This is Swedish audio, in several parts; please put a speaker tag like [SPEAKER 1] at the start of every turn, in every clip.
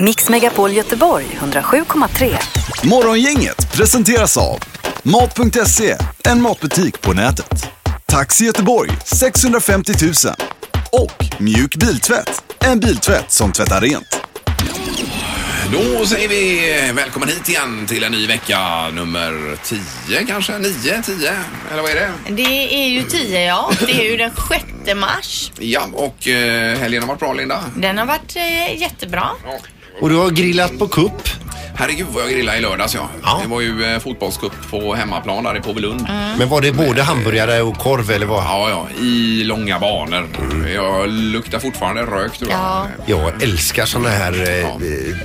[SPEAKER 1] Mix Megapol Göteborg 107,3.
[SPEAKER 2] Morgongänget presenteras av Mat.se, en matbutik på nätet. Taxi Göteborg 650 000. Och Mjuk Biltvätt, en biltvätt som tvättar rent.
[SPEAKER 3] Då säger vi eh, välkommen hit igen till en ny vecka nummer 10 kanske? 9, 10? Eller vad är det?
[SPEAKER 4] Det är ju 10 ja. Det är ju den 6 mars.
[SPEAKER 3] Ja, och eh, helgen har varit bra Linda.
[SPEAKER 4] Den har varit eh, jättebra.
[SPEAKER 3] Ja.
[SPEAKER 5] Och du har grillat på kupp.
[SPEAKER 3] Herregud vad jag grillade i lördags ja.
[SPEAKER 5] Ja. Mm.
[SPEAKER 3] Det var ju eh, fotbollscup på hemmaplan där i Påvelund.
[SPEAKER 5] Men var det både hamburgare och korv eller vad? Mm.
[SPEAKER 3] Ja, ja, i långa banor. Jag luktar fortfarande rök tror jag.
[SPEAKER 4] Ja.
[SPEAKER 5] Jag älskar såna här eh,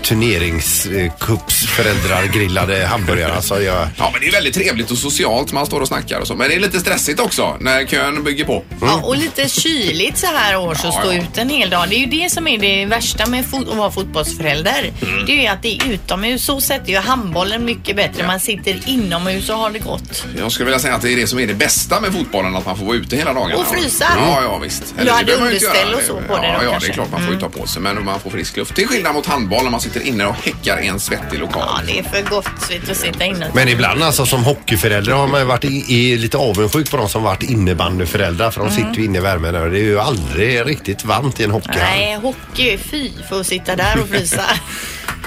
[SPEAKER 5] turneringskuppsföräldrargrillade hamburgare. Alltså jag...
[SPEAKER 3] Ja, men det är väldigt trevligt och socialt. Man står och snackar och så. Men det är lite stressigt också när kön bygger på.
[SPEAKER 4] Ja, och lite kyligt så här års
[SPEAKER 3] Ja,
[SPEAKER 4] och stå
[SPEAKER 3] ja.
[SPEAKER 4] ut en hel dag. Det är ju det som är det värsta med fot- att vara fotbollsförälder.
[SPEAKER 3] Mm.
[SPEAKER 4] Det är ju att det är utomhus. Så sätter ju handbollen mycket bättre. Man sitter inomhus och har det gott.
[SPEAKER 3] Jag skulle vilja säga att det är det som är det bästa med fotbollen, att man får vara ute hela dagarna.
[SPEAKER 4] Och frysa.
[SPEAKER 3] Ja, ja visst.
[SPEAKER 4] Du hade
[SPEAKER 3] behöver man ju inte
[SPEAKER 4] underställ
[SPEAKER 3] göra.
[SPEAKER 4] och så på
[SPEAKER 3] ja,
[SPEAKER 4] dig då
[SPEAKER 3] Ja, det
[SPEAKER 4] kanske. Mm.
[SPEAKER 3] är klart man får ju ta på sig, men man får frisk luft. Till skillnad mot handboll, när man sitter inne och häckar i en svettig lokal.
[SPEAKER 4] Ja, det är för gott vet, du, att sitta inomhus.
[SPEAKER 5] Men ibland alltså som hockeyförälder har man ju varit i, i lite avundsjuk på de som varit innebandyföräldrar för de sitter ju inne i värmen och det är ju aldrig riktigt varmt i en hockeyhall.
[SPEAKER 4] Nej, hockey. Fy för att sitta där och frysa.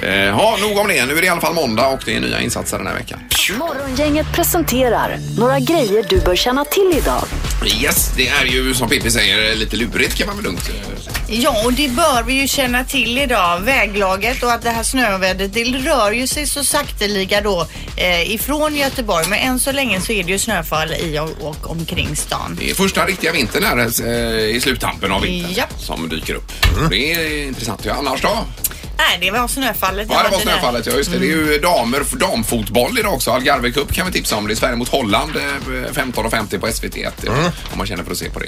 [SPEAKER 3] Eh, Ja, nog om det. Nu är det i alla fall måndag och det är nya insatser den här veckan.
[SPEAKER 1] Morgongänget presenterar några grejer du bör känna till idag.
[SPEAKER 3] Yes, det är ju som Pippi säger lite lurigt kan man väl lugnt eh,
[SPEAKER 4] Ja, och det bör vi ju känna till idag. Väglaget och att det här snövädret, det rör ju sig så sakteliga då eh, ifrån Göteborg. Men än så länge så är det ju snöfall i och, och omkring stan.
[SPEAKER 3] Det är första riktiga vintern här eh, i sluttampen av vintern
[SPEAKER 4] Ja.
[SPEAKER 3] som dyker upp. Det är intressant. Ja, annars då?
[SPEAKER 4] Nej, det var snöfallet.
[SPEAKER 3] Ja, det var
[SPEAKER 4] hade där. Mm.
[SPEAKER 3] snöfallet. Ja, just det. Det är ju damer, damfotboll idag också. Algarve Cup kan vi tipsa om. Det är Sverige mot Holland eh, 15.50 på SVT1 eh,
[SPEAKER 5] Mm.
[SPEAKER 3] om man känner för att se på det.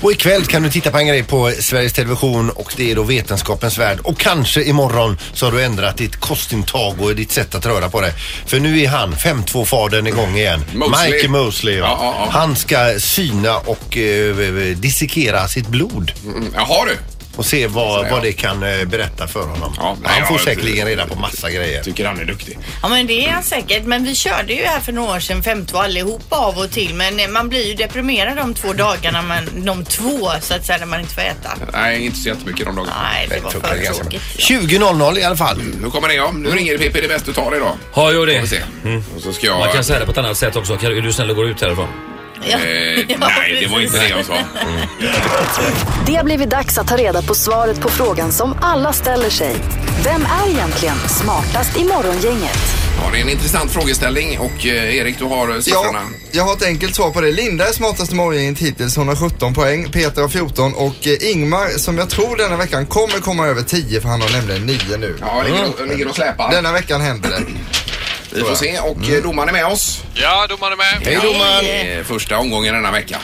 [SPEAKER 5] Och ikväll kan du titta på en grej på Sveriges Television och det är då Vetenskapens Värld och kanske imorgon så har du ändrat ditt kostintag och ditt sätt att röra på dig. För nu är han, 5-2-fadern igång igen.
[SPEAKER 3] Mosley.
[SPEAKER 5] Mikey Mosley. Ja.
[SPEAKER 3] Ja, ja, ja.
[SPEAKER 5] Han ska syna och eh, dissekera sitt blod.
[SPEAKER 3] Mm, Jaha du,
[SPEAKER 5] och se vad,
[SPEAKER 3] Sådär,
[SPEAKER 5] vad
[SPEAKER 3] ja.
[SPEAKER 5] det kan eh, berätta för honom.
[SPEAKER 3] Ja, nej,
[SPEAKER 5] han får
[SPEAKER 3] ja,
[SPEAKER 5] säkerligen
[SPEAKER 3] det-
[SPEAKER 5] reda på massa grejer.
[SPEAKER 3] tycker han är duktig.
[SPEAKER 4] Ja, men det är han säkert. Men vi körde ju här för några år sedan 52 allihopa av och till. Men eh, man blir ju deprimerad de två dagarna, men de två så att säga, när man inte får äta.
[SPEAKER 3] Nej, inte så jättemycket de dagarna.
[SPEAKER 4] Nej, det var
[SPEAKER 5] Funkar det
[SPEAKER 4] för
[SPEAKER 5] ganska bra.
[SPEAKER 4] tråkigt.
[SPEAKER 5] 20.00 i alla fall.
[SPEAKER 3] Nu kommer det ja. Nu ringer det Pippi. Det är bäst du tar idag.
[SPEAKER 6] Ja, gör
[SPEAKER 3] Får vi
[SPEAKER 6] det. Mm.
[SPEAKER 3] se. Och Mm. så ska jag...
[SPEAKER 6] Man kan säga det på ett annat sätt också. Kan, är du snäll och går ut härifrån?
[SPEAKER 4] Ja.
[SPEAKER 3] Eh,
[SPEAKER 4] Ja,
[SPEAKER 3] nej, det var
[SPEAKER 4] precis.
[SPEAKER 3] inte det jag sa.
[SPEAKER 1] Det har blivit dags att ta reda på svaret på frågan som alla ställer sig. Vem är egentligen smartast i morgongänget?
[SPEAKER 3] Ja, det är en intressant frågeställning och eh, Erik, du har eh, siffrorna.
[SPEAKER 7] Ja, jag har ett enkelt svar på det. Linda är smartaste morgongänget hittills. Hon har 17 poäng, Peter har 14 och eh, Ingmar, som jag tror denna veckan kommer komma över 10 för han har nämligen 9 nu.
[SPEAKER 3] Ja, ligger, ligger och släpar.
[SPEAKER 7] Denna veckan händer det.
[SPEAKER 3] Vi får se och
[SPEAKER 5] Mm.
[SPEAKER 3] eh, domaren är med oss.
[SPEAKER 8] Ja, domaren är med.
[SPEAKER 3] Hej Eh,
[SPEAKER 4] domaren.
[SPEAKER 3] Första omgången denna vecka.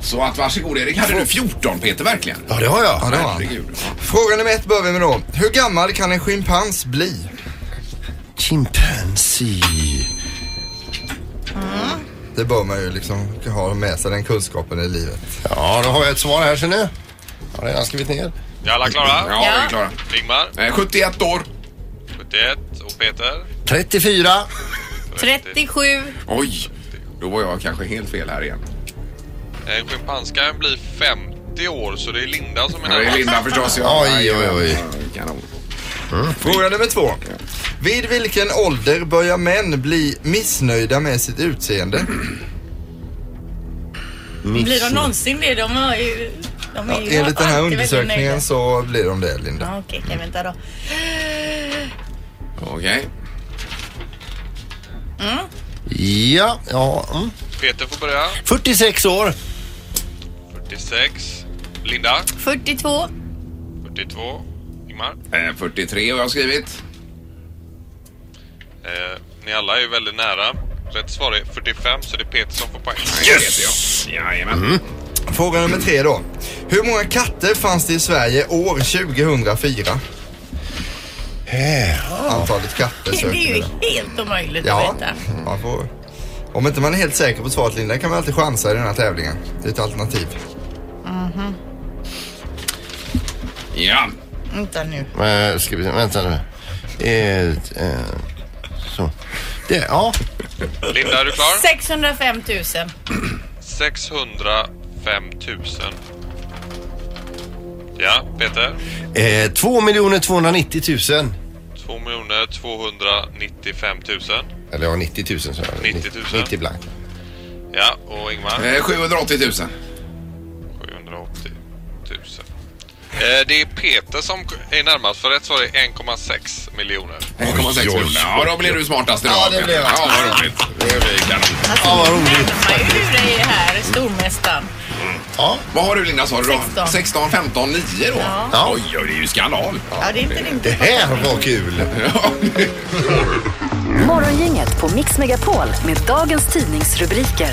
[SPEAKER 3] Så att varsågod Erik, hade du 14 Peter verkligen?
[SPEAKER 5] Ja, det har
[SPEAKER 7] Ja,
[SPEAKER 5] jag.
[SPEAKER 7] det var han.
[SPEAKER 3] Herregud.
[SPEAKER 7] Fråga nummer ett börjar vi med då. Hur gammal kan en schimpans bli?
[SPEAKER 5] Chimpansi.
[SPEAKER 7] Det bör man ju liksom ha med sig den kunskapen i livet.
[SPEAKER 5] Ja, då har jag ett svar här ser ni. Har redan skrivit ner.
[SPEAKER 8] Är alla
[SPEAKER 3] Ja,
[SPEAKER 8] klara?
[SPEAKER 3] vi är klara.
[SPEAKER 8] Ingmar,
[SPEAKER 3] Eh, 71 år.
[SPEAKER 8] 71 och Peter.
[SPEAKER 5] 34.
[SPEAKER 4] 37.
[SPEAKER 3] Oj, då var jag kanske helt fel här igen.
[SPEAKER 8] En schimpans kan bli 50 år så det är Linda som är
[SPEAKER 3] Ja, Det är
[SPEAKER 8] närmast.
[SPEAKER 3] Linda förstås. Ja.
[SPEAKER 5] Oj, oj, oj.
[SPEAKER 3] Kanon.
[SPEAKER 7] Fråga nummer två. Vid vilken ålder börjar män bli missnöjda med sitt utseende?
[SPEAKER 4] Blir de någonsin det? De har ju... De är
[SPEAKER 7] Ja,
[SPEAKER 4] ju
[SPEAKER 7] enligt den här
[SPEAKER 4] alltid väldigt nöjda.
[SPEAKER 7] undersökningen så blir de det, Linda.
[SPEAKER 4] Ja, Okej, kan jag vänta då.
[SPEAKER 3] Okej.
[SPEAKER 4] Mm,
[SPEAKER 5] Ja, ja. Mm.
[SPEAKER 8] Peter får börja.
[SPEAKER 5] 46 år.
[SPEAKER 8] 46. Linda,
[SPEAKER 4] 42.
[SPEAKER 8] 42. Ingmar.
[SPEAKER 3] Eh, 43 har jag skrivit.
[SPEAKER 8] Eh, ni alla är ju väldigt nära. Rätt svar är 45 så det är Peter som får poäng.
[SPEAKER 3] Yes! Jajamän.
[SPEAKER 8] Mm.
[SPEAKER 7] Fråga nummer tre då. Hur många katter fanns det i Sverige år 2004? Antalet katter
[SPEAKER 4] Det
[SPEAKER 7] söker
[SPEAKER 4] är
[SPEAKER 7] vi
[SPEAKER 4] ju
[SPEAKER 7] där.
[SPEAKER 4] helt omöjligt
[SPEAKER 7] Ja, Mm.
[SPEAKER 4] att veta.
[SPEAKER 7] man får... Om inte man är helt säker på svaret Linda kan man alltid chansa i den här tävlingen.
[SPEAKER 4] Mhm.
[SPEAKER 7] Det är ett alternativ.
[SPEAKER 3] Ja.
[SPEAKER 4] Vänta nu.
[SPEAKER 5] Eh, ska vi se, vänta nu. Eh, eh, så. Det, ja.
[SPEAKER 8] Linda, är du klar?
[SPEAKER 4] 605 000.
[SPEAKER 8] 605 000. Ja, Peter.
[SPEAKER 5] Eh, 2 290 000.
[SPEAKER 8] 2 295 000.
[SPEAKER 5] Eller ja, 90 000 så
[SPEAKER 8] 90 000.
[SPEAKER 5] 90 blankt.
[SPEAKER 8] Ja, och Ingmar?
[SPEAKER 3] Eh, 780 000.
[SPEAKER 8] 780 000. Eh, Det är Peter som är närmast för rätt svar är 1,6 miljoner.
[SPEAKER 3] 1,6
[SPEAKER 5] oj,
[SPEAKER 3] miljoner. Ja, då blir du smartast idag.
[SPEAKER 7] Ja, det blev jag.
[SPEAKER 3] Ja, vad roligt. Det blir kanon.
[SPEAKER 5] Ja, vad roligt.
[SPEAKER 4] Närmar ju dig här, stormästaren.
[SPEAKER 5] Ja.
[SPEAKER 3] Vad har du Linda sa du då?
[SPEAKER 4] 16.
[SPEAKER 3] 16, 15, 9 då?
[SPEAKER 5] Ja.
[SPEAKER 3] Oj, oj, det är ju skandal.
[SPEAKER 4] Ja, det är inte din
[SPEAKER 5] Det här var kul.
[SPEAKER 3] Ja.
[SPEAKER 1] Morgongänget på Mix Megapol med dagens tidningsrubriker.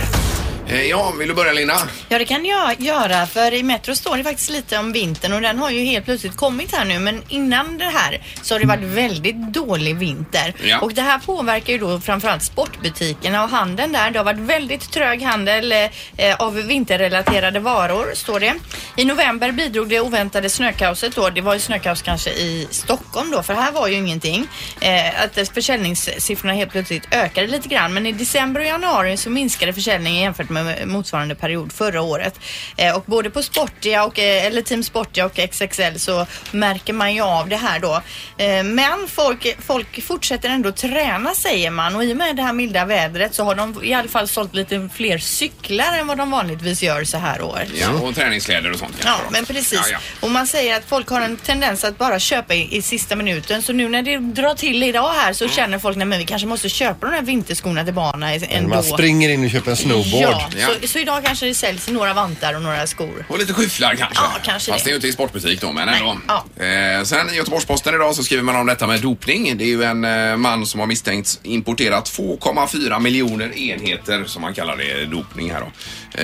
[SPEAKER 3] Eh, ja, vill du börja Linda?
[SPEAKER 4] Ja, det kan jag göra för i Metro står det faktiskt lite om vintern och den har ju helt plötsligt kommit här nu men innan det här så har det varit väldigt dålig vinter
[SPEAKER 3] Ja.
[SPEAKER 4] och det här påverkar ju då framförallt sportbutikerna och handeln där. Det har varit väldigt trög handel eh, eh, av vinterrelaterade varor står det. I november bidrog det oväntade snökaoset då. Det var ju snökaos kanske i Stockholm då för här var ju ingenting. Eh, att eh, försäljningssiffrorna helt plötsligt ökade lite grann men i december och januari så minskade försäljningen jämfört med motsvarande period förra året. Eh, och både på Sportia och, eh, eller Team Sportia och XXL så märker man ju av det här då. Eh, men folk, folk fortsätter ändå träna säger man och i och med det här milda vädret så har de i alla fall sålt lite fler cyklar än vad de vanligtvis gör så här år.
[SPEAKER 3] Ja, och träningskläder och sånt.
[SPEAKER 4] Ja,
[SPEAKER 3] kanske då.
[SPEAKER 4] men precis.
[SPEAKER 3] Ja, ja.
[SPEAKER 4] Och man säger att folk har en tendens att bara köpa i, i sista minuten. Så nu när det drar till idag här
[SPEAKER 3] Mm.
[SPEAKER 4] så känner folk, nej men vi kanske måste köpa de här vinterskorna till barnen ändå.
[SPEAKER 5] Man springer in och köper en snowboard.
[SPEAKER 4] Ja,
[SPEAKER 3] Ja.
[SPEAKER 4] Så, så idag kanske det säljs några vantar och några skor.
[SPEAKER 3] Och lite skyfflar kanske.
[SPEAKER 4] Ja, kanske
[SPEAKER 3] Fast det
[SPEAKER 4] det.
[SPEAKER 3] är ju inte i sportbutik då, men
[SPEAKER 4] Nej,
[SPEAKER 3] ändå.
[SPEAKER 4] ja.
[SPEAKER 3] Eh, sen i Göteborgs-Posten idag så skriver man om detta med dopning. Det är ju en eh, man som har misstänkts importera 2,4 miljoner enheter, som man kallar det, dopning här då. Eh,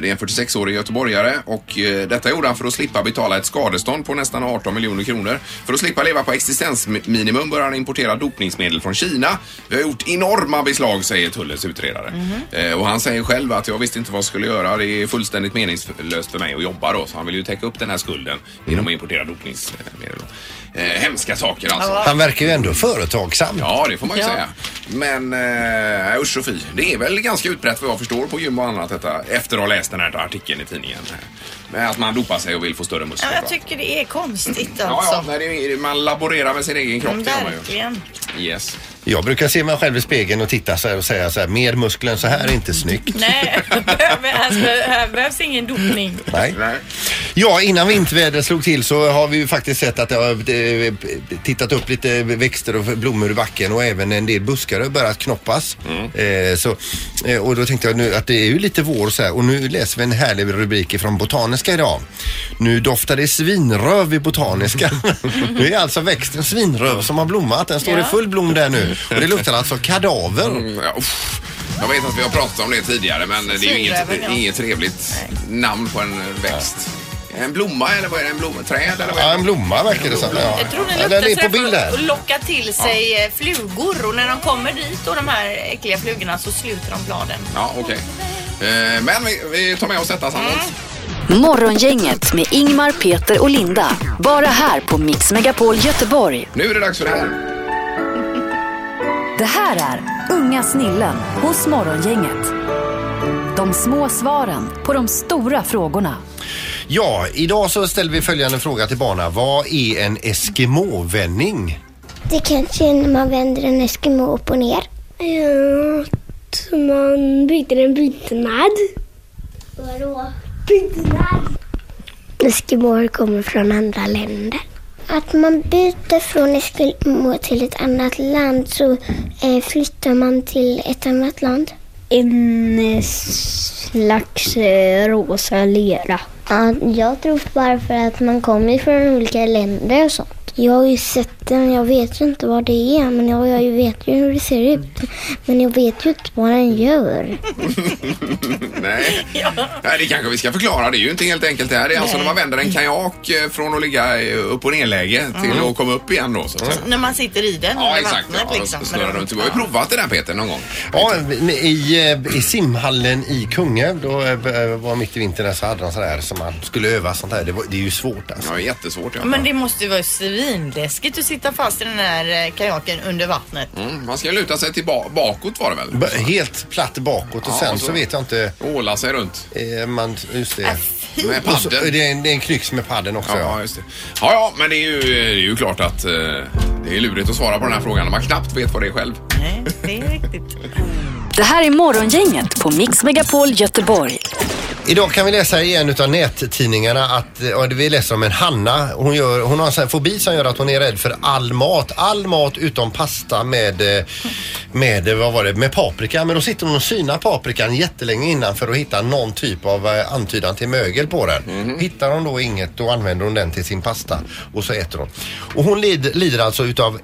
[SPEAKER 3] det är en 46-årig göteborgare och eh, detta gjorde han för att slippa betala ett skadestånd på nästan 18 miljoner kronor. För att slippa leva på existensminimum började han importera dopningsmedel från Kina. Vi har gjort enorma beslag, säger tullens utredare. Eh, och han säger själv att jag visste inte vad jag skulle göra. Det är fullständigt meningslöst för mig att jobba då. Så han vill ju täcka upp den här skulden genom att importera dopningsmedel. Eh, hemska saker alltså.
[SPEAKER 4] Ja.
[SPEAKER 5] Han verkar ju ändå företagsam.
[SPEAKER 3] Ja, det får man ju
[SPEAKER 4] Ja.
[SPEAKER 3] säga. Men eh, usch och fy. Det är väl ganska utbrett vad jag förstår på gym och annat detta efter att ha läst den här artikeln i tidningen. Men att man dopar sig och vill få större
[SPEAKER 4] Ja,
[SPEAKER 3] muskler.
[SPEAKER 4] jag
[SPEAKER 3] va?
[SPEAKER 4] tycker det är konstigt
[SPEAKER 3] ja, ja,
[SPEAKER 4] alltså.
[SPEAKER 3] nej, det är, man laborerar med sin egen kropp.
[SPEAKER 4] Mm,
[SPEAKER 3] det gör man ju.
[SPEAKER 4] Verkligen.
[SPEAKER 3] Yes.
[SPEAKER 5] Jag brukar se mig själv i spegeln och titta så här och säga så här, mer muskler än så här är inte snyggt.
[SPEAKER 9] Nej, här behövs ingen dopning.
[SPEAKER 5] Nej.
[SPEAKER 3] Nej.
[SPEAKER 5] Ja, innan vintervädret slog till så har vi ju faktiskt sett att det har eh, tittat upp lite växter och blommor i backen och även en del buskar har börjat knoppas. Eh, så, eh, och då tänkte jag nu att det är ju lite vår så här och nu läser vi en härlig rubrik från Botaniska idag. Nu doftar det svinröv i Botaniska. det är alltså växten svinröv som har blommat. Den står i full blom där nu och det luktar alltså kadaver.
[SPEAKER 3] Mm, ja, uff. Jag vet att vi har pratat om det tidigare men det är ju inget,
[SPEAKER 4] Svinröven, ja.
[SPEAKER 3] inget trevligt namn på en växt. En blomma eller vad är det? En blomma? Träd eller vad
[SPEAKER 5] Ja,
[SPEAKER 3] är
[SPEAKER 5] en
[SPEAKER 3] det?
[SPEAKER 5] blomma verkar det som. Ja.
[SPEAKER 4] Jag tror den
[SPEAKER 5] Ja,
[SPEAKER 4] luktar
[SPEAKER 5] den är på
[SPEAKER 4] så
[SPEAKER 5] bild
[SPEAKER 4] där
[SPEAKER 5] där.
[SPEAKER 4] får locka till sig eh, flugor och när de kommer dit då de här äckliga flugorna så sluter de bladen.
[SPEAKER 3] Ja, okej. Eh, Men vi, vi tar med oss detta
[SPEAKER 4] Mm.
[SPEAKER 3] samtidigt.
[SPEAKER 1] Morgongänget med Ingmar, Peter och Linda. Bara här på Mix Megapol Göteborg.
[SPEAKER 3] Nu är det dags för det här.
[SPEAKER 1] Det här är Unga snillen hos Morgongänget. De små svaren på de stora frågorna.
[SPEAKER 5] Ja, idag så ställer vi följande fråga till barna. Vad är en Eskimo-vänning?
[SPEAKER 10] Det kanske är när man vänder en Eskimo upp och ner. Ja, att man byter en byggnad. Vadå? Byggnad? Eskimoer kommer från andra länder. Att man byter från Eskimo till ett annat land så eh, flyttar man till ett annat land. En eh, slags eh, rosa lera. Ja, jag tror bara för att man kommer från olika länder och sånt. Jag har ju sett den, jag vet ju inte vad det är, men jag, jag vet ju hur det ser ut. Men jag vet ju inte vad den gör.
[SPEAKER 3] Nej. Nej, det kanske vi ska förklara. Det är ju inte helt enkelt det här. Det är alltså när man vänder en kajak eh, från att ligga i upp och nerläge till
[SPEAKER 4] Mm.
[SPEAKER 3] att komma upp igen då så att säga.
[SPEAKER 4] När man sitter i den
[SPEAKER 3] Ja,
[SPEAKER 4] under
[SPEAKER 3] exakt.
[SPEAKER 4] vattnet
[SPEAKER 3] Ja,
[SPEAKER 4] liksom.
[SPEAKER 3] då snurrar runt. Du har ju provat det där Peter någon gång.
[SPEAKER 5] Ja,
[SPEAKER 3] Liksom.
[SPEAKER 5] men i, eh, i simhallen i Kungälv, då eh, var mitt i vintern där, så hade de sådär som man skulle öva sånt här. Det, var, det är ju svårt alltså.
[SPEAKER 3] Ja, jättesvårt ja.
[SPEAKER 4] Men det måste ju vara svinläskigt att sitta fast i den här eh, kajaken under vattnet.
[SPEAKER 3] Mm, man ska luta sig tillbaka, bakåt var det väl?
[SPEAKER 5] B- helt platt bakåt och
[SPEAKER 3] Ja,
[SPEAKER 5] sen
[SPEAKER 3] så-
[SPEAKER 5] så, vet jag inte.
[SPEAKER 3] Åla sig runt.
[SPEAKER 5] man, just
[SPEAKER 3] Äh,
[SPEAKER 5] det.
[SPEAKER 3] Med
[SPEAKER 5] Och så,
[SPEAKER 3] paddeln.
[SPEAKER 5] det, är en, det är en knycks med paddeln också.
[SPEAKER 3] Ja, just det. Ja, ja, men det är ju, eh, det är ju klart att eh, det är lurigt att svara på den här frågan när man knappt vet vad det är själv.
[SPEAKER 4] Nej, det är riktigt.
[SPEAKER 1] Det här är Morgongänget på Mix Megapol Göteborg.
[SPEAKER 5] Idag kan vi läsa i en utav nättidningarna att, eh, ja, det vi läser om en Hanna. Hon, gör, hon har en sån här fobi som gör att hon är rädd för all mat. All mat utom pasta med, eh, med, eh, vad var det, med paprika. Men då sitter hon och synar paprikan jättelänge innan för att hitta någon typ av eh, antydan till mögel på den.
[SPEAKER 3] Mhm.
[SPEAKER 5] Hittar hon då inget då använder hon den till sin pasta och så äter hon. Och hon lid, lider alltså utav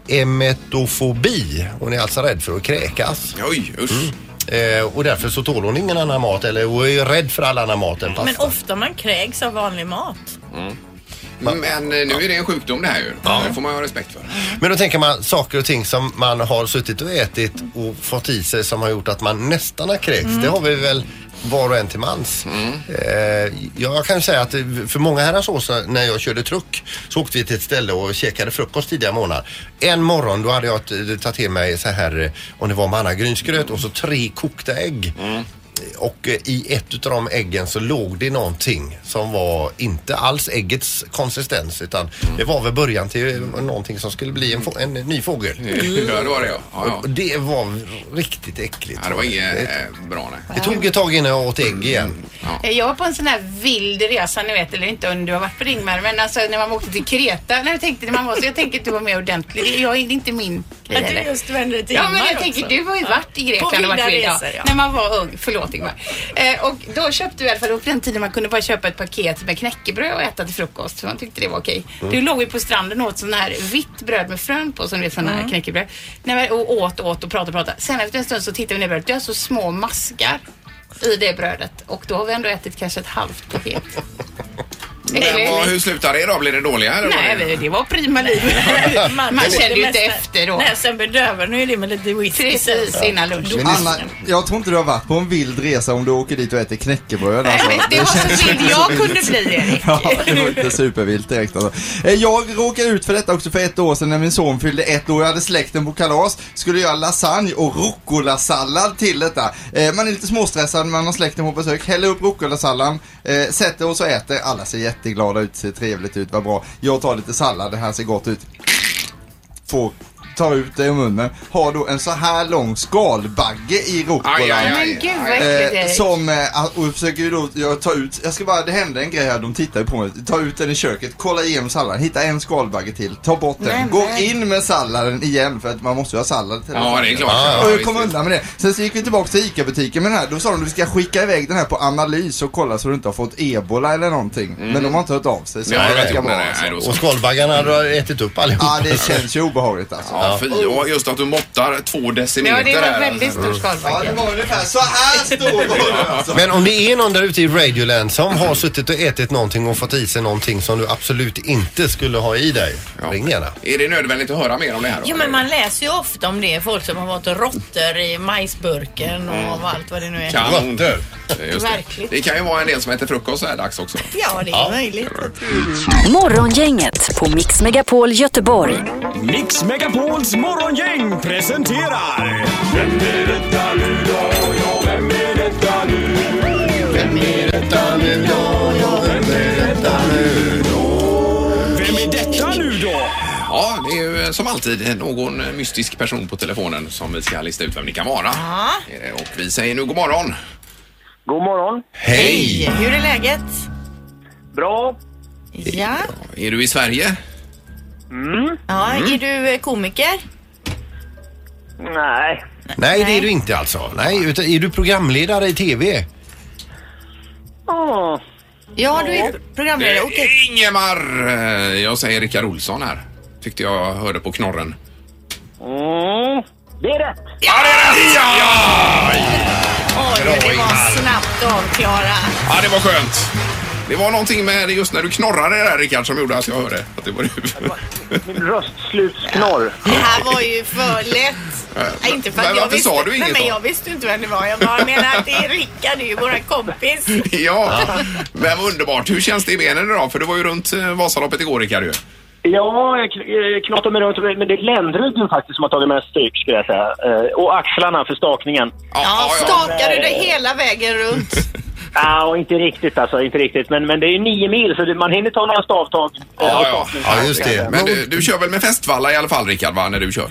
[SPEAKER 5] emetofobi. Hon är alltså rädd för att kräkas.
[SPEAKER 3] Oj, usch.
[SPEAKER 5] Eh, och därför så tål hon ingen annan mat eller hon är ju rädd för all annan mat än pasta.
[SPEAKER 9] Men ofta man kräks av vanlig mat.
[SPEAKER 3] Men eh, nu är det en sjukdom det här ju. Det får man ju ha respekt för.
[SPEAKER 5] Men då tänker man saker och ting som man har suttit och ätit och fått i sig som har gjort att man nästan har kräkts. Det har vi väl var och en till mans. Eh, jag kan ju säga att för många herrans år sedan när jag körde truck så åkte vi till ett ställe och käkade frukost tidiga månader. En morgon då hade jag t- tagit till mig så här, eh, om det var mannagrynsgröt och så tre kokta ägg. Och eh, i ett utav de äggen så låg det någonting som var inte alls äggets konsistens utan det var väl början till eh, någonting som skulle bli en, få- en ny fågel.
[SPEAKER 3] Ja, det var det ja. ja, ja.
[SPEAKER 5] Och det var riktigt äckligt.
[SPEAKER 3] Ja, det var inget eh, Mm. bra nej.
[SPEAKER 5] Det tog ett tag innan jag åt ägg igen.
[SPEAKER 11] Eh, Jag var på en sån här vild resa, ni vet, eller inte om du har varit på Ringmar, men alltså när man åkte till Kreta. När jag tänkte när man var så, jag tänker att du var med ordentligt. Det- Jag, det är inte min grej.
[SPEAKER 9] Att du
[SPEAKER 11] eller?
[SPEAKER 9] just vänder dig till
[SPEAKER 11] Ja, men
[SPEAKER 9] Ingmar
[SPEAKER 11] jag tänker,
[SPEAKER 9] också.
[SPEAKER 11] du har ju varit i
[SPEAKER 9] På
[SPEAKER 11] Grekland och varit
[SPEAKER 9] vilda
[SPEAKER 11] med
[SPEAKER 9] resor, ja.
[SPEAKER 11] När man var ung. Förlåt Ingmar. Eh, och då köpte vi i alla fall, och på den tiden man kunde bara köpa ett paket med knäckebröd och äta till frukost. För man tyckte det var okej.
[SPEAKER 9] Mm.
[SPEAKER 11] Då låg vi på stranden och åt sån här vitt bröd med frön på, som du vet sån här
[SPEAKER 9] Mm.
[SPEAKER 11] knäckebröd. Nej, men- och åt, åt och pratade, pratade. Sen efter en stund så tittade vi ner i brödet. Det är så små maskar i det brödet. Och då har vi ändå ätit kanske ett halvt paket.
[SPEAKER 3] Men vad, hur slutar det då? Blir det dåliga? Eller
[SPEAKER 11] Nej,
[SPEAKER 3] vad blir
[SPEAKER 11] men det var prima liv. man, kände ju inte efter då.
[SPEAKER 9] Nej, sen bedövar nu ju det med lite whisky.
[SPEAKER 11] Precis, innan lunch. Alltså.
[SPEAKER 9] Då-
[SPEAKER 7] Anna, jag tror inte du har varit på en vild resa om du åker dit och äter knäckebröd.
[SPEAKER 11] Nej,
[SPEAKER 7] Alltså.
[SPEAKER 11] men det var så
[SPEAKER 7] känns
[SPEAKER 11] vild
[SPEAKER 7] inte så
[SPEAKER 11] jag
[SPEAKER 7] vilt.
[SPEAKER 11] kunde bli, Erik.
[SPEAKER 7] Ja, det var inte supervilt direkt alltså. Eh, Jag råkade ut för detta också för ett år sedan när min son fyllde ett år. Jag hade släkten på kalas. Skulle göra lasagne och rucolasallad till detta. Eh, Man är lite småstressad, man har släkten på besök. Häller upp rucolasalladen, eh, sätter och så äter. Alla ser jätteglada ut, ser trevligt ut, vad bra. Jag tar lite sallad, det här ser gott ut får ta ut det ur munnen, har då en så här lång skalbagge i
[SPEAKER 11] Aj,
[SPEAKER 7] rucolan.
[SPEAKER 11] aj, aj. Men gud, vad äckligt, Erik.
[SPEAKER 7] Som, eh, och försöker ju då, jag tar ut, jag ska bara, det hände en grej här, de tittar ju på mig. Ta ut den i köket, kolla igenom salladen, hitta en skalbagge till, ta bort den,
[SPEAKER 11] Nej,
[SPEAKER 7] gå
[SPEAKER 11] nej.
[SPEAKER 7] in med salladen igen för att man måste ju ha sallad till
[SPEAKER 3] Ja,
[SPEAKER 7] den.
[SPEAKER 3] det är klart. Ja,
[SPEAKER 7] Och
[SPEAKER 3] ja,
[SPEAKER 7] jag
[SPEAKER 3] visst,
[SPEAKER 7] kom undan med det. Sen så gick vi tillbaka till ICA-butiken med den här, då sa de att vi ska skicka iväg den här på analys och kolla så du inte har fått ebola eller någonting. Men de har inte hört av sig. Så
[SPEAKER 3] Mm. Nej,
[SPEAKER 7] det
[SPEAKER 3] jag vet
[SPEAKER 7] verkar
[SPEAKER 3] inte,
[SPEAKER 7] bra
[SPEAKER 3] nej, typ- nej,
[SPEAKER 7] alltså.
[SPEAKER 3] då så.
[SPEAKER 5] Och skalbaggarna har ätit upp allihopa.
[SPEAKER 7] Ja, det känns ju obehagligt alltså.
[SPEAKER 3] Ja, fy. Och just att du måttar två decimeter
[SPEAKER 11] Ja, det var
[SPEAKER 3] här. alltså.
[SPEAKER 11] väldigt stor
[SPEAKER 7] Ja,
[SPEAKER 11] skalbagge.
[SPEAKER 7] det var ungefär så här stor var den alltså.
[SPEAKER 5] Men om det är någon där ute i Radioland som har suttit och ätit någonting och fått i sig någonting som du absolut inte skulle ha i dig. Ring gärna.
[SPEAKER 3] Är det nödvändigt att höra mer om det här? då?
[SPEAKER 4] Jo men man läser ju ofta om det. Folk som har varit råttor i majsburken och av allt vad det nu är.
[SPEAKER 3] Kanon.
[SPEAKER 5] Råttor.
[SPEAKER 3] Just det.
[SPEAKER 4] Verkligt.
[SPEAKER 3] det kan ju vara en del som äter frukost så här dags också.
[SPEAKER 4] Ja, det är möjligt.
[SPEAKER 1] Morgongänget på Mix Megapol Göteborg.
[SPEAKER 12] Mix Megapols morgongäng presenterar... Vem är detta nu då? Ja, vem är detta nu? Vem är detta nu då? Ja, vem är detta nu då? Vem är detta nu då?
[SPEAKER 3] Ja, det är ju eh, som alltid någon eh, mystisk person på telefonen som vi ska lista ut vem det kan vara. Eh, Och vi säger nu god morgon.
[SPEAKER 13] God morgon.
[SPEAKER 5] Hej!
[SPEAKER 4] Hur är läget?
[SPEAKER 13] Bra.
[SPEAKER 4] Ja.
[SPEAKER 3] Är du i Sverige? Mm.
[SPEAKER 4] ja är du eh, komiker?
[SPEAKER 13] Nej.
[SPEAKER 5] Nej, det är du inte alltså. Nej, utan är du programledare i TV?
[SPEAKER 13] Ja.
[SPEAKER 4] Ja, du är programledare. Okej.
[SPEAKER 3] Ingemar! Eh, Jag säger Rickard Olsson här. Tyckte jag hörde på knorren.
[SPEAKER 13] Mm, det är rätt.
[SPEAKER 3] Ja, det är rätt! Ja!
[SPEAKER 4] Oj,
[SPEAKER 3] Bra,
[SPEAKER 4] det var
[SPEAKER 3] Ingmar.
[SPEAKER 4] snabbt avklarat.
[SPEAKER 3] Ja, det var skönt. Det var någonting med det just när du knorrade där Rickard som gjorde att jag hörde att det var du.
[SPEAKER 13] Min röstslutsknorr.
[SPEAKER 4] Det här var ju för lätt. Nej, inte för att
[SPEAKER 3] Eh, Men
[SPEAKER 4] jag
[SPEAKER 3] varför
[SPEAKER 4] visste,
[SPEAKER 3] sa du
[SPEAKER 4] nej,
[SPEAKER 3] inget
[SPEAKER 4] men
[SPEAKER 3] då?
[SPEAKER 4] jag visste ju inte vem det var. Jag bara menar att det är Rickard, det är ju vår kompis.
[SPEAKER 3] Ja, men vad underbart. Hur känns det i benen idag? För du var ju runt eh, Vasaloppet igår Rickard ju.
[SPEAKER 13] Ja, jag kn- eh, knatar mig runt, men det är ländryggen faktiskt som har tagit mest stryk skulle jag säga. Eh, Och axlarna för stakningen.
[SPEAKER 4] Ja, stakar du dig hela vägen runt?
[SPEAKER 13] Ja, och inte riktigt alltså, inte riktigt. Men, men det är ju nio mil så det- man hinner ta några stavtag. Eh,
[SPEAKER 3] Ja, ja. ja just det. Men du, du kör väl med festvalla i alla fall Rickard, va? När du kör?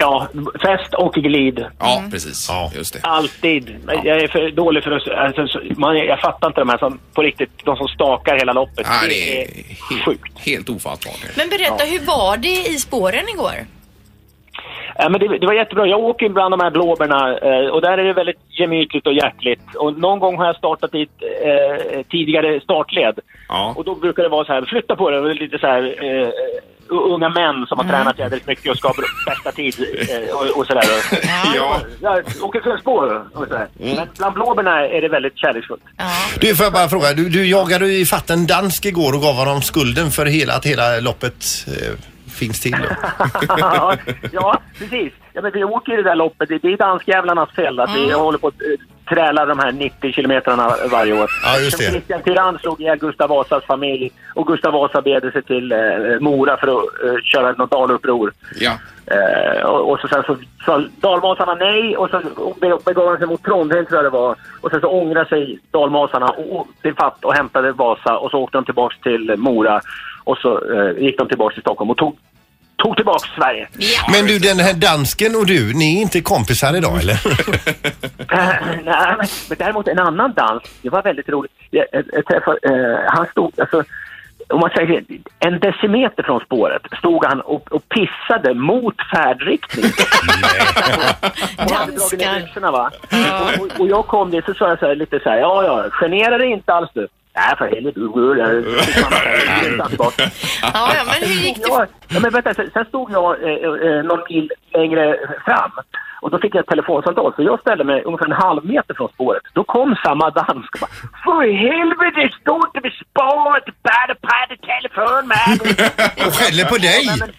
[SPEAKER 13] Ja, fest och glid.
[SPEAKER 3] Ja,
[SPEAKER 4] Mm.
[SPEAKER 3] precis. Just det.
[SPEAKER 13] Alltid. Jag är för dålig för att... Alltså, så- man, jag fattar inte de här som på riktigt, de som stakar hela loppet.
[SPEAKER 3] Nej,
[SPEAKER 13] det
[SPEAKER 3] det
[SPEAKER 13] är
[SPEAKER 3] är helt, helt ofattbart.
[SPEAKER 9] Men berätta, hur var det i spåren igår?
[SPEAKER 13] Ja, Eh, men det, det var jättebra. Jag åker ju bland de här blåbärna eh, och där är det väldigt gemytligt och hjärtligt. Och någon gång har jag startat i ett eh, tidigare startled. Och då brukar det vara så här, flytta på dig. Och det är Lite så här, eh, unga män som har tränat jävligt mycket och ska ha bästa tid eh, och, och sådär.
[SPEAKER 3] Ja.
[SPEAKER 13] Jag åker för spår och sådär. Men bland blåbärna är det väldigt kärleksfullt.
[SPEAKER 5] Du, får jag bara fråga. Du, du jagade ju ifatt en dansk igår och gav honom skulden för hela, att hela loppet eh, finns till. Då.
[SPEAKER 13] ja, precis. Ja, men vi åker ju det där loppet. Det det är danskjävlarnas fel att vi
[SPEAKER 5] Mm.
[SPEAKER 13] håller på att eh, träla de här 90 kilometrarna varje år.
[SPEAKER 5] Ja, just det.
[SPEAKER 13] Som Kristian Tyrann slog ihjäl Gustav Vasas familj och Gustav Vasa beder sig till eh, Mora för att eh, köra något daluppror.
[SPEAKER 3] Ja.
[SPEAKER 13] Eh, och, och så sen så sa dalmasarna nej och så be- begav han sig mot Trondheim tror jag det var. Och sen så ångrade sig dalmasarna och åkte fatt och hämtade Vasa och så åkte de tillbaks till Mora och så eh, gick de tillbaks till Stockholm och tog, tog tillbaks Sverige.
[SPEAKER 5] Men du, den här dansken och du, ni är inte kompisar idag eller?
[SPEAKER 13] Nej, men, men däremot en annan dans, det var väldigt roligt. Jag, jag, jag träffade, eh, han stod, alltså, om man säger en decimeter från spåret stod han och, och pissade mot färdriktningen. Och hade dragit ner byxorna, va? Och, och, och jag kom dit så sa jag så här, lite så här, ja ja, genera dig inte alls du. Nej för helvete, du går ju där. Fick man säga, utan tillbaka.
[SPEAKER 4] Ja, ja, men hur gick det?
[SPEAKER 13] Ja, ja, men vänta, sen, sen stod jag eh, eh, någon mil längre fram och då fick jag ett telefonsamtal så jag ställde mig ungefär en halv meter från spåret. Då kom samma dansk och bara För i helvete, stå inte vid spåret, bära på dig telefon med!
[SPEAKER 5] Och skäller på dig!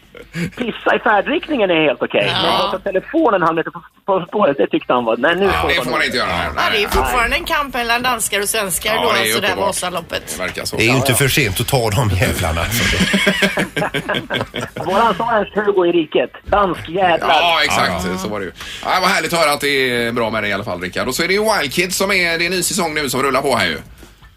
[SPEAKER 13] Pissa i färdriktningen är helt okej, men att ta telefonen en halv meter från- från spåret, det tyckte han var... Nej, nu
[SPEAKER 3] det får man inte göra.
[SPEAKER 4] Ja, det är fortfarande en kamp mellan danskar och svenskar
[SPEAKER 3] Ja,
[SPEAKER 4] då,
[SPEAKER 3] det är
[SPEAKER 4] alltså det här
[SPEAKER 3] uppenbart.
[SPEAKER 4] Vasaloppet.
[SPEAKER 3] Det verkar så.
[SPEAKER 5] Det är ju inte för sent att ta de jävlarna.
[SPEAKER 13] Våran sa ens Hugo i riket, dansk jävlar.
[SPEAKER 3] Ja, exakt. Så var det ju. Ja, vad härligt att höra att det är bra med dig i alla fall, Rickard. Och så är det ju Wild Kids som är, det är en ny säsong nu som rullar på här ju.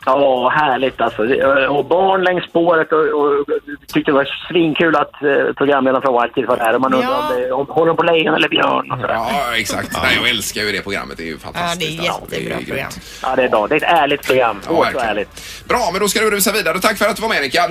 [SPEAKER 13] Ja, härligt alltså. Det- Och barn längs spåret och, och tyckte det var svinkul att eh, programledaren från Wild Kids var där. Och man undrade om håller de på lejon eller björn och sådär.
[SPEAKER 3] Ja, exakt. Nej, jag älskar ju det programmet. Det är ju fantastiskt. Ja, det är jättebra program.
[SPEAKER 13] Ja, det är bra. Det är ett ärligt program.
[SPEAKER 3] Ja,
[SPEAKER 13] Åh, så
[SPEAKER 3] verkligen.
[SPEAKER 13] ärligt.
[SPEAKER 3] Bra, men då ska du rusa vidare. Tack för att du var med, Rickard.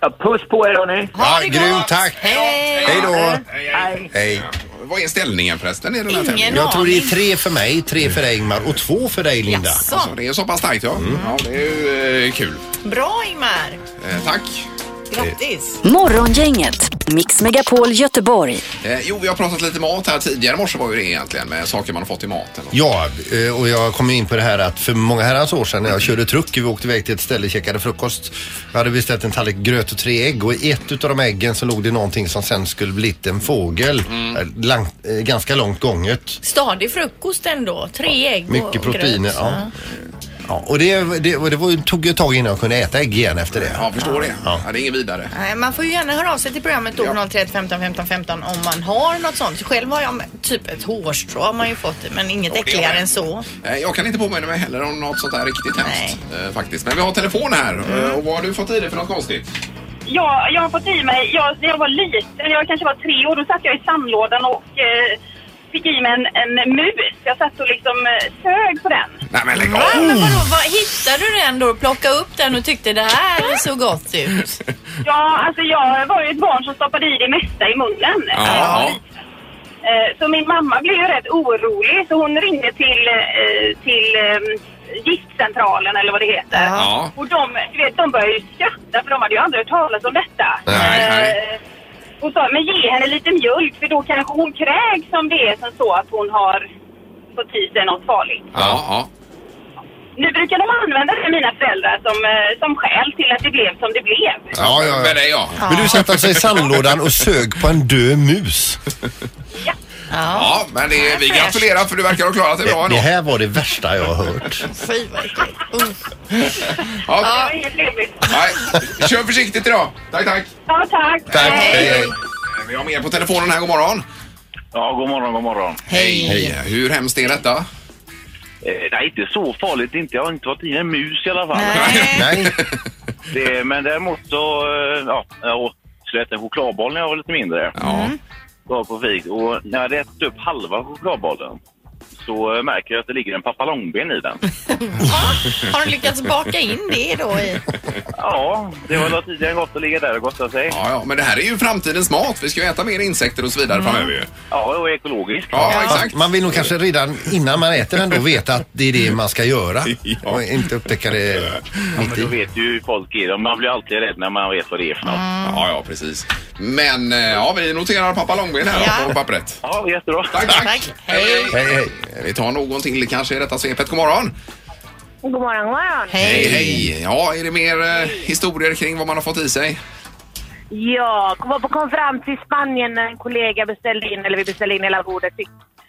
[SPEAKER 13] Ja, puss på er, hörni.
[SPEAKER 5] Ja, grymt, tack.
[SPEAKER 4] Hej!
[SPEAKER 5] Hej då.
[SPEAKER 3] Hej.
[SPEAKER 5] Hej.
[SPEAKER 3] Vad är ställningen förresten i den här tävlingen?
[SPEAKER 5] Jag tror det är tre för mig, tre för dig Ingmar och två för dig Linda.
[SPEAKER 3] Alltså, det är så pass tajt, ja.
[SPEAKER 5] Mm.
[SPEAKER 3] ja det är ju eh, kul.
[SPEAKER 4] Bra Ingmar!
[SPEAKER 3] Eh, tack.
[SPEAKER 4] Grattis!
[SPEAKER 1] Morgongänget, Mix Megapol Göteborg.
[SPEAKER 3] Eh, jo, vi har pratat lite mat här tidigare i morse var ju det egentligen med saker man har fått i maten.
[SPEAKER 5] Ja, eh, och jag kom ju in på det här att för många herrans år sedan när jag körde truck, vi åkte iväg till ett ställe och käkade frukost. Jag hade beställt en tallrik gröt och tre ägg och i ett utav de äggen så låg det någonting som sen skulle blivit en fågel.
[SPEAKER 3] Mm.
[SPEAKER 5] Eh, Lang, eh, ganska långt gånget.
[SPEAKER 9] Stadig frukost ändå. Tre ägg och
[SPEAKER 5] Mycket proteiner.
[SPEAKER 9] gröt.
[SPEAKER 5] Ja. Ja, och det, det, och det var, tog ju ett tag innan jag kunde äta ägg igen efter det.
[SPEAKER 3] Ja, förstår det. Ja. det är inget vidare.
[SPEAKER 4] Nej, Man får ju gärna höra av sig till programmet då på 031 15 15 15 om man har något sånt. Själv har jag med- typ ett hårstrå har man ju fått men inget äckligare än så.
[SPEAKER 3] Eh, Jag kan inte påminna mig heller om något sånt där riktigt hemskt eh, faktiskt. Men vi har telefon här
[SPEAKER 5] Mm.
[SPEAKER 3] eh, och vad har du fått i dig för något konstigt?
[SPEAKER 14] Ja, jag har fått i mig, jag, när jag var liten, jag kanske var tre år, då satt jag i sandlådan och eh, fick i mig en, en mus. Jag satt och liksom eh, sög på den.
[SPEAKER 3] Nej men lägg av!
[SPEAKER 9] Va? Men vadå, vad, hittade du den då och plockade upp den och tyckte det här såg gott ut?
[SPEAKER 14] Ja, alltså jag var ju ett barn som stoppade i det mesta i munnen.
[SPEAKER 9] Ja.
[SPEAKER 14] Eh, Så min mamma blev ju rätt orolig så hon ringde till, eh, till eh, giftcentralen eller vad det heter.
[SPEAKER 3] Ja.
[SPEAKER 14] Och de, du vet, de började ju skratta för de hade ju aldrig hört talas om detta.
[SPEAKER 3] Nej,
[SPEAKER 14] Eh,
[SPEAKER 3] nej.
[SPEAKER 14] Hon sa, men ge henne lite mjölk för då kanske hon kräks om det är som så att hon har fått i sig något farligt.
[SPEAKER 3] Ja, ja.
[SPEAKER 14] Nu brukar de använda det, mina föräldrar, som, eh, som skäl till att det blev som det blev.
[SPEAKER 5] Ja, ja,
[SPEAKER 3] Men, nej, ja.
[SPEAKER 5] Men du satt alltså i sandlådan och sög på en död mus.
[SPEAKER 3] Ja, men det, vi gratulerar för du verkar ha klarat det bra
[SPEAKER 5] Det
[SPEAKER 3] ändå.
[SPEAKER 5] här var det värsta jag har hört.
[SPEAKER 4] Fy vad äckligt. Uff.
[SPEAKER 3] Ja. Nej, kör försiktigt idag. Tack, tack.
[SPEAKER 14] Ja, tack.
[SPEAKER 3] Tack. Vi har mer på telefonen här. God morgon.
[SPEAKER 15] Ja, god morgon, god morgon.
[SPEAKER 3] Hej. Hur hemskt är detta?
[SPEAKER 15] Eh, nej, inte så farligt inte. Jag har inte varit i en mus i alla fall.
[SPEAKER 5] Nej.
[SPEAKER 15] det, men däremot så, eh, ja, jag åt äta en chokladboll när jag var lite mindre.
[SPEAKER 3] Ja.
[SPEAKER 15] Var på fik och när jag hade ätit upp halva chokladbollen så eh, märker jag att det ligger en papalongben i den.
[SPEAKER 9] Har de lyckats baka in det då i?
[SPEAKER 15] Ja, det var då tidigare gott att ligga där och gotta sig.
[SPEAKER 3] Ja, ja, men det här är ju framtidens mat. Vi ska ju äta mer insekter och så vidare framöver ju.
[SPEAKER 15] Mm. Ja, och ekologiskt.
[SPEAKER 3] Ja,
[SPEAKER 5] Man-
[SPEAKER 3] exakt.
[SPEAKER 5] Man vill nog kanske redan innan man äter den då veta att det är det man ska göra. Och inte upptäcka det
[SPEAKER 15] Ja, men då vet ju hur folk är. De- Man blir alltid rädd när man vet vad det är för något.
[SPEAKER 3] Ja, ja, precis. Men eh, ja, vi noterar pappa Långben här på pappret.
[SPEAKER 15] Ja, jättebra.
[SPEAKER 3] Tack, tack. Hej, hej. Vi tar någon till kanske i detta svepet. God morgon.
[SPEAKER 16] God morgon, god morgon.
[SPEAKER 3] Hej, hej. Ja, är det mer eh, historier kring vad man har fått i sig?
[SPEAKER 16] Jag var på konferens i Spanien när en kollega beställde in, eller vi beställde in hela bordet, fick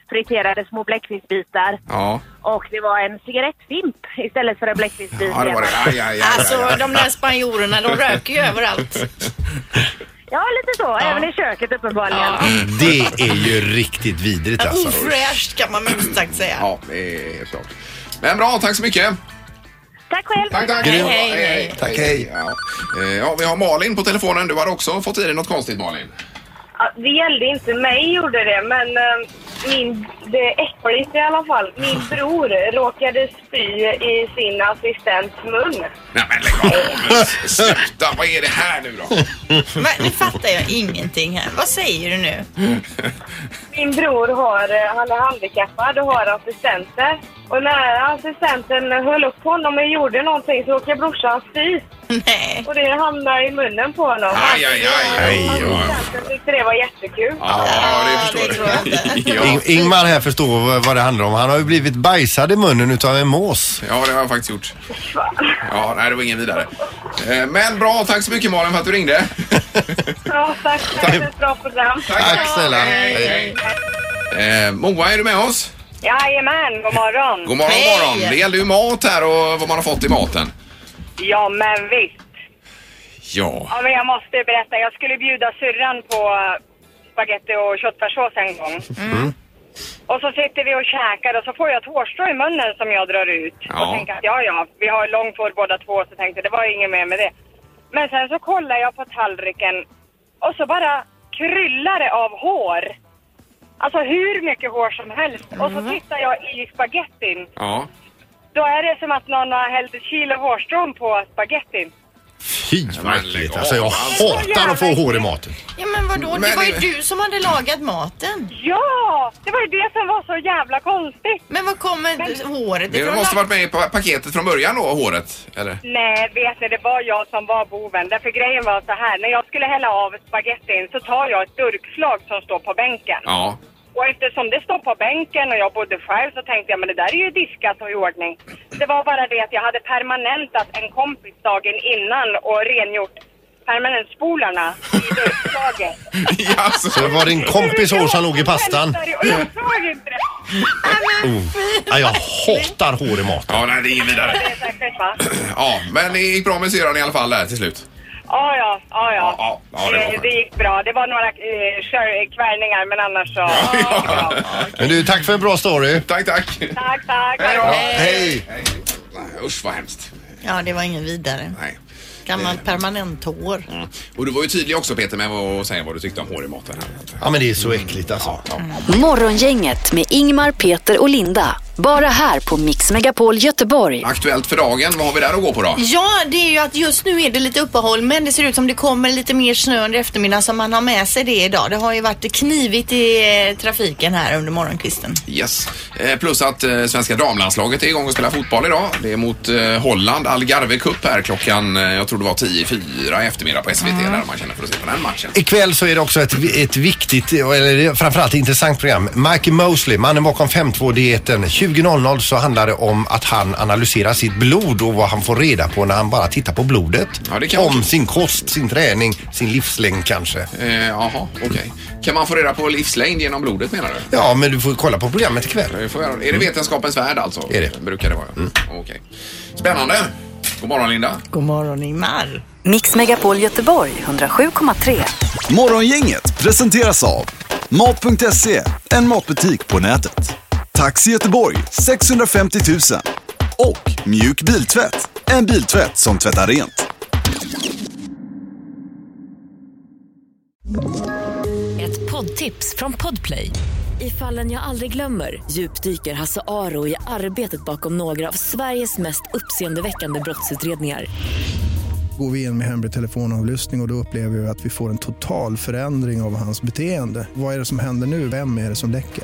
[SPEAKER 16] friterade små bläckfiskbitar.
[SPEAKER 3] Ja.
[SPEAKER 16] Och det var en cigarettfimp istället för en bläckfiskbit.
[SPEAKER 3] Ja, det var det. Aj, aj, aj, aj,
[SPEAKER 9] Alltså
[SPEAKER 3] aj.
[SPEAKER 9] de där spanjorerna, de röker ju överallt.
[SPEAKER 16] Ja, lite så. Även i köket uppenbarligen.
[SPEAKER 5] Det är ju riktigt vidrigt alltså.
[SPEAKER 4] Ofräscht kan man minst sagt säga.
[SPEAKER 3] Ja, det är helt klart. Men bra, tack så mycket.
[SPEAKER 16] Tack själv.
[SPEAKER 3] Tack, tack. Tack, hej. Ja. Eh, Ja, vi har Malin på telefonen. Du har också fått i dig något konstigt, Malin.
[SPEAKER 17] Ja, Det gällde inte mig gjorde det, men eh, min, det är äckligt i alla fall. Min bror råkade spy i sin assistents mun.
[SPEAKER 3] Nej, men lägg av. Men Sluta, vad är det här nu då?
[SPEAKER 4] Men nu fattar jag ingenting här. Vad säger du nu?
[SPEAKER 17] Min bror har, eh, han är handikappad och har assistenter. Och när assistenten höll upp honom och gjorde någonting så råkade brorsan spy.
[SPEAKER 4] Nej.
[SPEAKER 17] Och det hamnade i munnen på honom.
[SPEAKER 3] Aj, aj, aj. aj ja.
[SPEAKER 17] Jag tyckte det var jättekul.
[SPEAKER 3] Ja, det förstår jag.
[SPEAKER 5] Ing- Ingmar här förstår vad- vad det handlar om. Han har ju blivit bajsad i munnen utav en mås.
[SPEAKER 3] Ja, det har jag faktiskt gjort. Ja, nej, det var ingen vidare. Eh, Men bra, tack så mycket Malin för att du ringde.
[SPEAKER 17] Ja, tack för ett bra program.
[SPEAKER 3] Tack snälla. Hej, hej. Eh, Moa, är du med oss?
[SPEAKER 17] Jajamän, god morgon.
[SPEAKER 3] God morgon, god morgon. Det gäller ju mat här och vad man har fått i maten.
[SPEAKER 17] Ja, men visst.
[SPEAKER 3] Ja.
[SPEAKER 17] Ja, men jag måste berätta. Jag skulle bjuda syrran på spaghetti och köttfärssås en gång.
[SPEAKER 3] Mm.
[SPEAKER 17] Och så sitter vi och käkar och så får jag ett hårstrå i munnen som jag drar ut.
[SPEAKER 18] Ja.
[SPEAKER 17] Och tänker att ja, ja, vi har långt hår båda två så tänkte det var inget mer med det. Men sen så kollar jag på tallriken och så bara kryllar det av hår. Alltså hur mycket hår som helst. Och så tittar jag i spagettin.
[SPEAKER 3] Ja.
[SPEAKER 17] Då är det som att någon har hällt ett kilo hårstrån på spagettin.
[SPEAKER 5] Fy vad äckligt. Alltså jag hatar att få hår i maten.
[SPEAKER 4] Ja men vadå? Det
[SPEAKER 17] Men-
[SPEAKER 4] var ju du som hade lagat maten.
[SPEAKER 17] Ja! Det var ju det som var så jävla konstigt.
[SPEAKER 4] Men var kommer håret
[SPEAKER 3] Det måste varit med i pa- paketet från början då, håret? Eller?
[SPEAKER 17] Nej, vet ni, det var jag som var boven. Därför grejen var så här, när jag skulle hälla av spagettin så tar jag ett durkslag som står på bänken.
[SPEAKER 3] Ja.
[SPEAKER 17] Och eftersom det står på bänken och jag bodde själv så tänkte jag, men det där är ju diskat och i ordning. Det var bara det att jag hade permanentat en kompis dagen innan och rengjort permanentspolarna i durkslaget.
[SPEAKER 3] alltså.
[SPEAKER 5] Så det var din kompis hår som låg i pastan.
[SPEAKER 17] Och jag såg inte det.
[SPEAKER 5] Oh. Ja, jag hatar hår i maten.
[SPEAKER 3] Ja, nej, det är ingen vidare.
[SPEAKER 17] Det är säkert, va?
[SPEAKER 3] Ja, men det gick bra med syrran i alla fall där till slut.
[SPEAKER 17] Ja, ja, ja, ja.
[SPEAKER 3] ja, det var
[SPEAKER 17] Eh, det gick bra. Det var några eh, kör- kvällningar, men annars så...
[SPEAKER 5] Men du, tack för en bra story.
[SPEAKER 3] Tack, tack.
[SPEAKER 17] Tack, tack.
[SPEAKER 3] Hej då.
[SPEAKER 5] Hej.
[SPEAKER 3] Nej, Usch vad hemskt.
[SPEAKER 4] Ja det var ingen vidare.
[SPEAKER 3] Nej.
[SPEAKER 4] Gammalt permanent hår.
[SPEAKER 3] Mm. Och du var ju tydlig också Peter med att säga vad du tyckte om hår i maten. Här.
[SPEAKER 5] Ja, men det är så äckligt alltså.
[SPEAKER 1] Morgongänget med Ingmar, Peter och Linda. Bara här på Mix Megapol Göteborg.
[SPEAKER 3] Aktuellt för dagen, vad har vi där att gå på då?
[SPEAKER 4] Ja, det är ju att just nu är det lite uppehåll men det ser ut som det kommer lite mer snö under eftermiddagen så man har med sig det idag. Det har ju varit knivigt i eh, trafiken här under morgonkvisten.
[SPEAKER 3] Yes. Eh, Plus att eh, svenska damlandslaget är igång och spelar fotboll idag. Det är mot eh, Holland, Algarve Cup här klockan, eh, jag tror det var 10.04 i eftermiddag på SVT där man känner för att se på den matchen.
[SPEAKER 5] Ikväll så är det också ett, ett viktigt, eller det är framförallt intressant program. Mike Mosley, mannen bakom 5.2-dieten. 20.00 så handlar det om att han analyserar sitt blod och vad han får reda på när han bara tittar på blodet. om sin kost, sin träning, sin livslängd kanske.
[SPEAKER 3] Eh, Jaha, okej. Kan man få reda på livslängd genom blodet menar du?
[SPEAKER 5] Ja, men du får kolla på programmet ikväll.
[SPEAKER 3] Det får jag- Är det vetenskapens värld alltså?
[SPEAKER 5] Mm. Är det. Mm.
[SPEAKER 3] Brukar det vara, ja. Okej. Spännande. God morgon Linda.
[SPEAKER 4] God morgon Ingmar.
[SPEAKER 1] Mix Megapol Göteborg 107,3.
[SPEAKER 2] Morgongänget presenteras av Mat.se, en matbutik på nätet. Taxi Göteborg 650 000 och Mjuk Biltvätt, en biltvätt som tvättar rent.
[SPEAKER 18] Ett poddtips från Podplay. I fallen jag aldrig glömmer djupdyker Hasse Aro i arbetet bakom några av Sveriges mest uppseendeväckande brottsutredningar.
[SPEAKER 19] Går vi in med hemlig telefonavlyssning och, och då upplever vi att vi får en total förändring av hans beteende. Vad är det som händer nu? Vem är det som läcker?